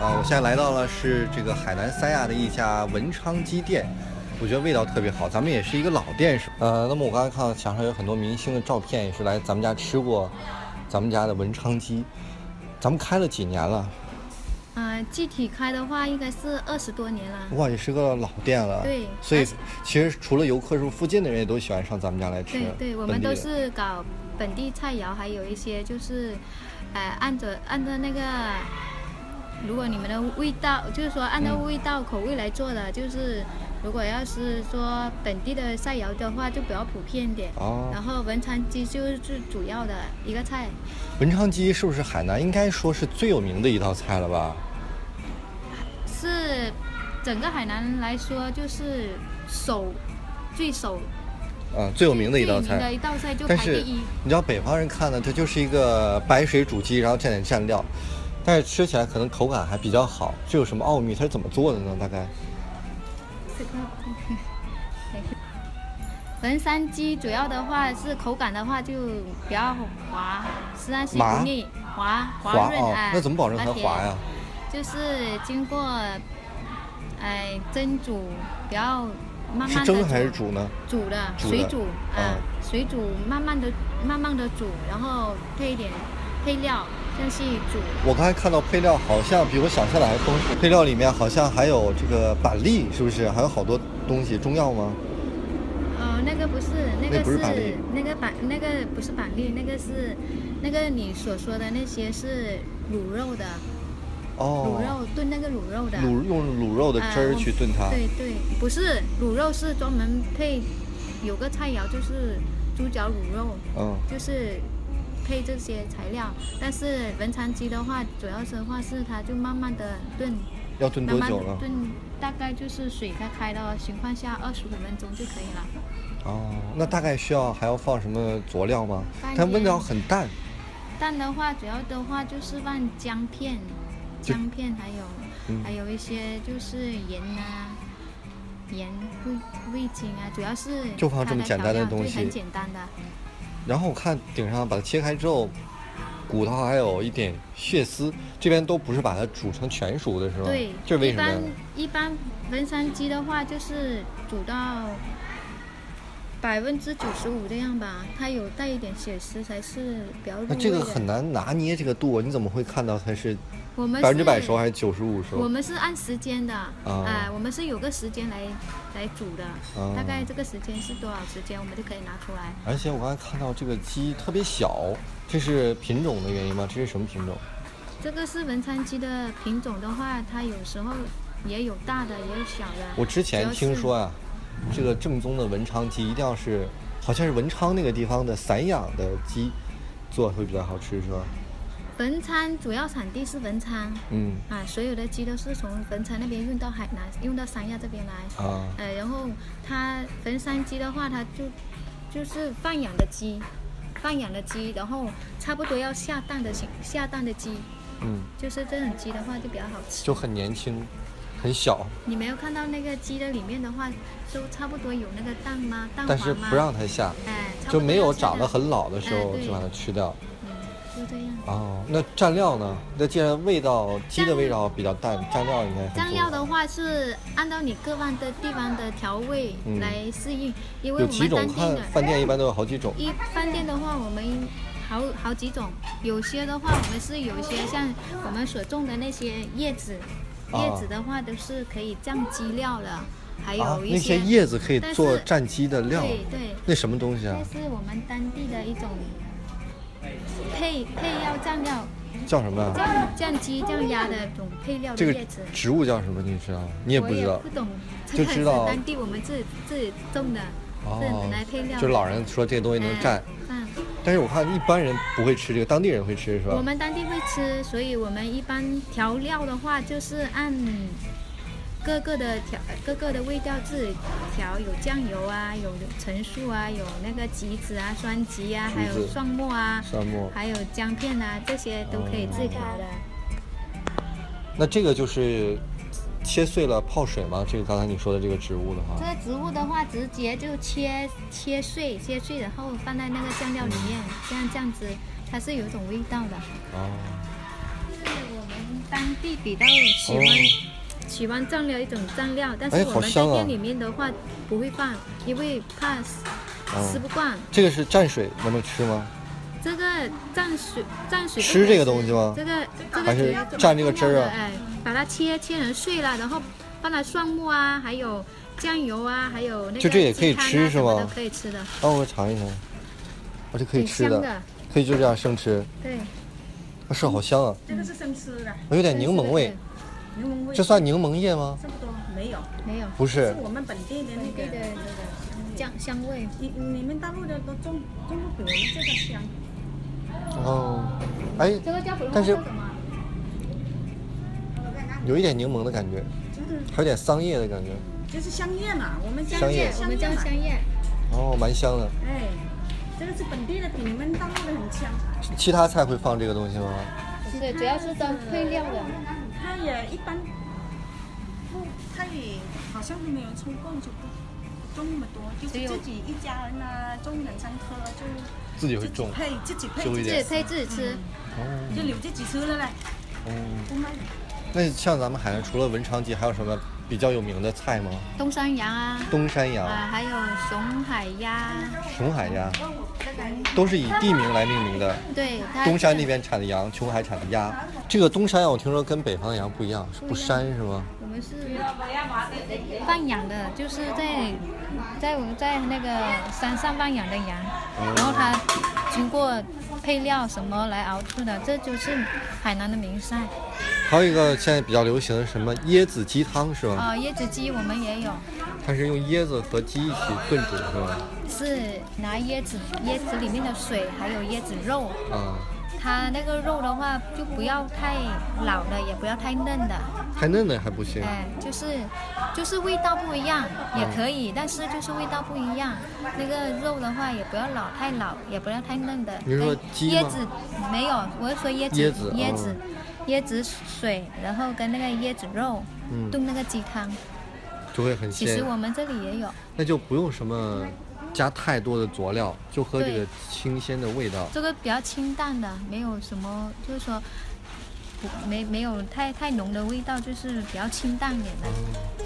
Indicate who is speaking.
Speaker 1: 啊，我现在来到了是这个海南三亚的一家文昌鸡店，我觉得味道特别好。咱们也是一个老店是吧？呃，那么我刚才看到墙上有很多明星的照片，也是来咱们家吃过咱们家的文昌鸡。咱们开了几年了？
Speaker 2: 啊，具体开的话应该是二十多年了。
Speaker 1: 哇，也是个老店了。
Speaker 2: 对
Speaker 1: 所以
Speaker 2: 而且
Speaker 1: 其实除了游客，是不是附近的人也都喜欢上咱们家来吃？
Speaker 2: 对对，我
Speaker 1: 啊本
Speaker 2: 们
Speaker 1: 地
Speaker 2: 都
Speaker 1: 人
Speaker 2: 是搞本地菜肴，还有一些就是，呃，按着按照那个，如果你们的味道，就是说按照
Speaker 1: 嗯
Speaker 2: 味道口味来做的，就是如果要是说本地的菜肴的话，就比较普遍点。
Speaker 1: 哦
Speaker 2: 然后文昌鸡就是最主要的一个菜，
Speaker 1: 文昌鸡是不是海南应该说是最有名的一道菜了吧？
Speaker 2: 是整个海南来说就是首最首
Speaker 1: 嗯，最有名的一道
Speaker 2: 最有名的
Speaker 1: 菜
Speaker 2: 一。道菜就
Speaker 1: 但
Speaker 2: 排第
Speaker 1: 是
Speaker 2: 一。
Speaker 1: 你知道北方人看的，它就是一个白水煮鸡，然后蘸点蘸料，但是吃起来可能口感还比较好。这有什么奥秘？它是怎么做的呢？大概
Speaker 2: 文山鸡主要的话是口感的话就比较滑，实际上是
Speaker 1: 麻
Speaker 2: 不腻，滑
Speaker 1: 滑
Speaker 2: 润
Speaker 1: 哦
Speaker 2: 哎。
Speaker 1: 那怎么保证它
Speaker 2: 而且
Speaker 1: 滑呀？
Speaker 2: 就是经过哎蒸煮，比较慢慢
Speaker 1: 是
Speaker 2: 的
Speaker 1: 蒸还是煮？呢？
Speaker 2: 煮的，
Speaker 1: 煮的
Speaker 2: 水煮啊
Speaker 1: 哦，
Speaker 2: 水煮慢慢的慢慢的煮，然后配一点配料下去煮。
Speaker 1: 我刚才看到配料好像比我想象的还丰富，配料里面好像还有这个板栗，是不是？还有好多东西，中药吗？
Speaker 2: 呃，那个不是，那
Speaker 1: 那
Speaker 2: 个
Speaker 1: 不是板栗
Speaker 2: 是那个板，那个不是板栗，那个是那个你所说的那些是卤肉的。
Speaker 1: 哦
Speaker 2: 卤，肉炖那个卤肉的，
Speaker 1: 卤用卤肉的汁儿
Speaker 2: 呃
Speaker 1: 去炖它。
Speaker 2: 对对，不是卤肉是专门配，有个菜肴就是猪脚卤肉，
Speaker 1: 嗯，
Speaker 2: 就是配这些材料。但是文昌鸡的话，主要是的话是它就慢慢的炖，
Speaker 1: 要炖
Speaker 2: 慢
Speaker 1: 多
Speaker 2: 慢
Speaker 1: 久
Speaker 2: 地
Speaker 1: 呢？
Speaker 2: 炖，大概就是水开开的情况下，二十五分钟就可以了。
Speaker 1: 哦，那大概需要还要放什么佐料吗？
Speaker 2: 番
Speaker 1: 它味
Speaker 2: 茄
Speaker 1: 道很淡，
Speaker 2: 蛋的话，主要的话就是放姜片，
Speaker 1: 就
Speaker 2: 姜片还有、
Speaker 1: 嗯
Speaker 2: 还有一些就是盐啊，盐味味精啊，主要是
Speaker 1: 就放
Speaker 2: 它
Speaker 1: 这么简单的
Speaker 2: 调料
Speaker 1: 东
Speaker 2: 对
Speaker 1: 西
Speaker 2: 很简单的。
Speaker 1: 然后我看顶上把它切开之后，骨头还有一点血丝，这边都不是把它煮成全熟的是吗？
Speaker 2: 对，
Speaker 1: 这是为
Speaker 2: 一
Speaker 1: 什么呀
Speaker 2: 般？一般文山鸡的话，就是煮到百分之九十五这样吧，它有带一点血丝才是比较入味
Speaker 1: 那
Speaker 2: 的。
Speaker 1: 这个很难拿捏这个度啊，你怎么会看到它是
Speaker 2: 我们
Speaker 1: 百分之百
Speaker 2: 是
Speaker 1: 熟还是九十五熟？
Speaker 2: 我们是按时间的，哎、
Speaker 1: 哦
Speaker 2: 我们是有个时间来来煮的，
Speaker 1: 哦
Speaker 2: 大概这个时间是多少时间，我们就可以拿出来。
Speaker 1: 而且我刚才看到这个鸡特别小，这是品种的原因吗？这是什么品种？
Speaker 2: 这个是文昌鸡的品种的话，它有时候也有大的，也有小的。
Speaker 1: 我之前听说
Speaker 2: 啊，
Speaker 1: 啊，这个正宗的文昌鸡一定要是，好像是文昌那个地方的散养的鸡做会比较好吃，是吧？
Speaker 2: 文昌主要产地是文昌，
Speaker 1: 嗯，
Speaker 2: 啊，所有的鸡都是从文昌那边运到海南，运到三亚这边来。
Speaker 1: 啊
Speaker 2: 呃，然后它文山鸡的话，它就就是放养的鸡，放养的鸡，然后差不多要下蛋的情下蛋的鸡，
Speaker 1: 嗯，
Speaker 2: 就是这种鸡的话就比较好吃。
Speaker 1: 就很年轻，很小，
Speaker 2: 你没有看到那个鸡的里面的话，就差不多有那个蛋吗？蛋
Speaker 1: 但
Speaker 2: 黄
Speaker 1: 是
Speaker 2: 吗
Speaker 1: 不让它下，
Speaker 2: 哎，差不
Speaker 1: 就
Speaker 2: 多
Speaker 1: 没
Speaker 2: 要
Speaker 1: 有
Speaker 2: 下
Speaker 1: 长得
Speaker 2: 蛋
Speaker 1: 很老的时候
Speaker 2: 哎对
Speaker 1: 就把它吃掉。
Speaker 2: 嗯，就这样。
Speaker 1: 哦，那蘸料呢？那既然味道鸡的味道比较淡，蘸料应该很
Speaker 2: 蘸
Speaker 1: 重
Speaker 2: 料
Speaker 1: 要
Speaker 2: 的话是按照你各方的地方的调味
Speaker 1: 嗯
Speaker 2: 来适应，因为
Speaker 1: 有
Speaker 2: 我
Speaker 1: 几
Speaker 2: 们
Speaker 1: 种
Speaker 2: 当
Speaker 1: 饭
Speaker 2: 地的
Speaker 1: 饭店一般都有好几种。
Speaker 2: 一饭店的话，我们好好几种，有些的话我们是有一些像我们所种的那些叶子，
Speaker 1: 啊
Speaker 2: 叶子的话都是可以蘸鸡料的，还
Speaker 1: 啊，
Speaker 2: 有一
Speaker 1: 那些叶子可以
Speaker 2: 但
Speaker 1: 做
Speaker 2: 是
Speaker 1: 蘸鸡的料，
Speaker 2: 对对，
Speaker 1: 那什么东西啊
Speaker 2: 这？是我们当地的一种配配料蘸料，
Speaker 1: 叫什么啊？
Speaker 2: 蘸蘸鸡酱鸭的一种配料
Speaker 1: 这
Speaker 2: 的
Speaker 1: 个
Speaker 2: 叶子。
Speaker 1: 植物叫什么？你知道？你也
Speaker 2: 我
Speaker 1: 不知道
Speaker 2: 不。懂，这
Speaker 1: 就
Speaker 2: 个
Speaker 1: 知
Speaker 2: 是
Speaker 1: 道哦
Speaker 2: 当地我们自己自己种的，自己来配料的。
Speaker 1: 就是老人说这个东西能
Speaker 2: 哎
Speaker 1: 蘸，
Speaker 2: 嗯，
Speaker 1: 但是我看一般人不会吃这个，当地人会吃是
Speaker 2: 我
Speaker 1: 吧？
Speaker 2: 们当地会吃，所以我们一般调料的话，就是按各个的调各个的味道自己调，有酱油啊，有陈醋啊，有那个橘子啊、酸橘啊，
Speaker 1: 橘
Speaker 2: 还有
Speaker 1: 子
Speaker 2: 蒜末啊，
Speaker 1: 蒜末。嗯
Speaker 2: 还有姜片啊，这些都可以自己调的。
Speaker 1: 那这个就是切碎了泡水吗？这个刚才你说的这个植物的
Speaker 2: 这
Speaker 1: 话，
Speaker 2: 个植物的话，直接就切切碎，切碎然后放在那个酱料里面，这样这样子，它是有一种味道的。
Speaker 1: 哦，
Speaker 2: 是我们当当地比较喜欢、喜欢蘸料一种蘸料，但是
Speaker 1: 哎好
Speaker 2: 我们在
Speaker 1: 香啊
Speaker 2: 店里面的话不会放，因为怕吃吃不惯。
Speaker 1: 这个是蘸水那么吃吗？
Speaker 2: 这个蘸水蘸水
Speaker 1: 吃这个东西吗
Speaker 2: 这个这
Speaker 1: 还
Speaker 2: 个
Speaker 1: 是
Speaker 2: 主要怎么
Speaker 1: 蘸这个汁儿啊
Speaker 2: 烹调的哎，把它切切成碎了，然后放到蒜末啊，还有酱油啊，还有那个
Speaker 1: 就这也可以
Speaker 2: 鸡汤啊
Speaker 1: 吃是
Speaker 2: 什么
Speaker 1: 吗
Speaker 2: 的可以吃的，
Speaker 1: 让我尝一尝。我、这可以
Speaker 2: 挺
Speaker 1: 吃
Speaker 2: 香
Speaker 1: 的，
Speaker 2: 的。
Speaker 1: 可以就这样生吃。
Speaker 2: 对，
Speaker 1: 啊是好香啊，
Speaker 3: 这个是生吃的，
Speaker 1: 有点柠檬味
Speaker 2: 对，
Speaker 3: 柠檬味
Speaker 1: 这算柠檬叶吗？
Speaker 3: 差不多没有，
Speaker 2: 没有
Speaker 1: 不是
Speaker 3: 是，我们本地的那
Speaker 2: 本地的
Speaker 3: 个。
Speaker 2: 酱香味。
Speaker 3: 你你们大陆的都种种不比我们这个香，
Speaker 1: 哦，哎，
Speaker 2: 这个叫普通
Speaker 1: 但
Speaker 2: 话
Speaker 1: 是
Speaker 2: 叫什么？
Speaker 1: 有一点柠檬的感觉，
Speaker 3: 嗯，
Speaker 1: 还有点桑叶的感觉，
Speaker 3: 就是香叶嘛，我们
Speaker 1: 香
Speaker 3: 香
Speaker 1: 叶
Speaker 3: 叶，
Speaker 2: 我们叫
Speaker 3: 叶嘛
Speaker 2: 香，叶。
Speaker 1: 哦，蛮香的。
Speaker 3: 哎，这个是本地的，比你们大陆的很香。
Speaker 1: 其他菜会放这个东西吗？
Speaker 2: 不是，主要是当配料的。
Speaker 3: 它也一般，不，它也好像都没有抽够，就不种那么多，就
Speaker 2: 只
Speaker 3: 是
Speaker 2: 有
Speaker 3: 自己一家人啊，种两三棵就
Speaker 1: 自己
Speaker 3: 自
Speaker 1: 会
Speaker 3: 己
Speaker 1: 种。
Speaker 3: 配自己配
Speaker 1: 修一
Speaker 3: 自
Speaker 2: 自
Speaker 3: 己
Speaker 1: 点
Speaker 2: 己配自己吃，
Speaker 1: 哦，
Speaker 3: 就留自己吃了嘞，
Speaker 1: 哦，
Speaker 3: 不卖。
Speaker 1: 那像咱们海南除了文昌鸡，还有什么比较有名的菜吗？
Speaker 2: 东山羊啊，
Speaker 1: 东山羊、
Speaker 2: 啊，还有熊海鸭，
Speaker 1: 琼海鸭，都是以地名来命名的。
Speaker 2: 对，它
Speaker 1: 东山那边产的羊，琼海产的鸭。这个东山羊我听说跟北方的羊不一样，是不膻是吗？
Speaker 2: 我们是放养的，就是在在我们在那个山上放养的羊，
Speaker 1: 哦
Speaker 2: 然后它经过配料什么来熬出的，这就是海南的名菜。
Speaker 1: 还有一个现在比较流行的是什么椰子鸡汤是吗？
Speaker 2: 啊、椰子鸡我们也有，
Speaker 1: 它是用椰子和鸡一起炖煮是吗？
Speaker 2: 是拿椰子椰子里面的水还有椰子肉，
Speaker 1: 啊，
Speaker 2: 它那个肉的话就不要太老的，也不要太嫩的。
Speaker 1: 太嫩了还不行。
Speaker 2: 哎，就是就是味道不一样也可以，但是就是味道不一样。那个肉的话也不要老太老，也不要太嫩的。
Speaker 1: 你是说
Speaker 2: 跟
Speaker 1: 鸡吗
Speaker 2: 椰子没有，我是说椰子
Speaker 1: 椰子
Speaker 2: 椰
Speaker 1: 哦
Speaker 2: 子、椰子水，然后跟那个椰子肉、
Speaker 1: 嗯
Speaker 2: 炖那个鸡汤。
Speaker 1: 就会很
Speaker 2: 其实
Speaker 1: 鲜，
Speaker 2: 我们这里也有，
Speaker 1: 那就不用什么加太多的佐料，就喝这个清鲜的味道。
Speaker 2: 这个比较清淡的，没有什么，就是说不没没有太太浓的味道，就是比较清淡一点的。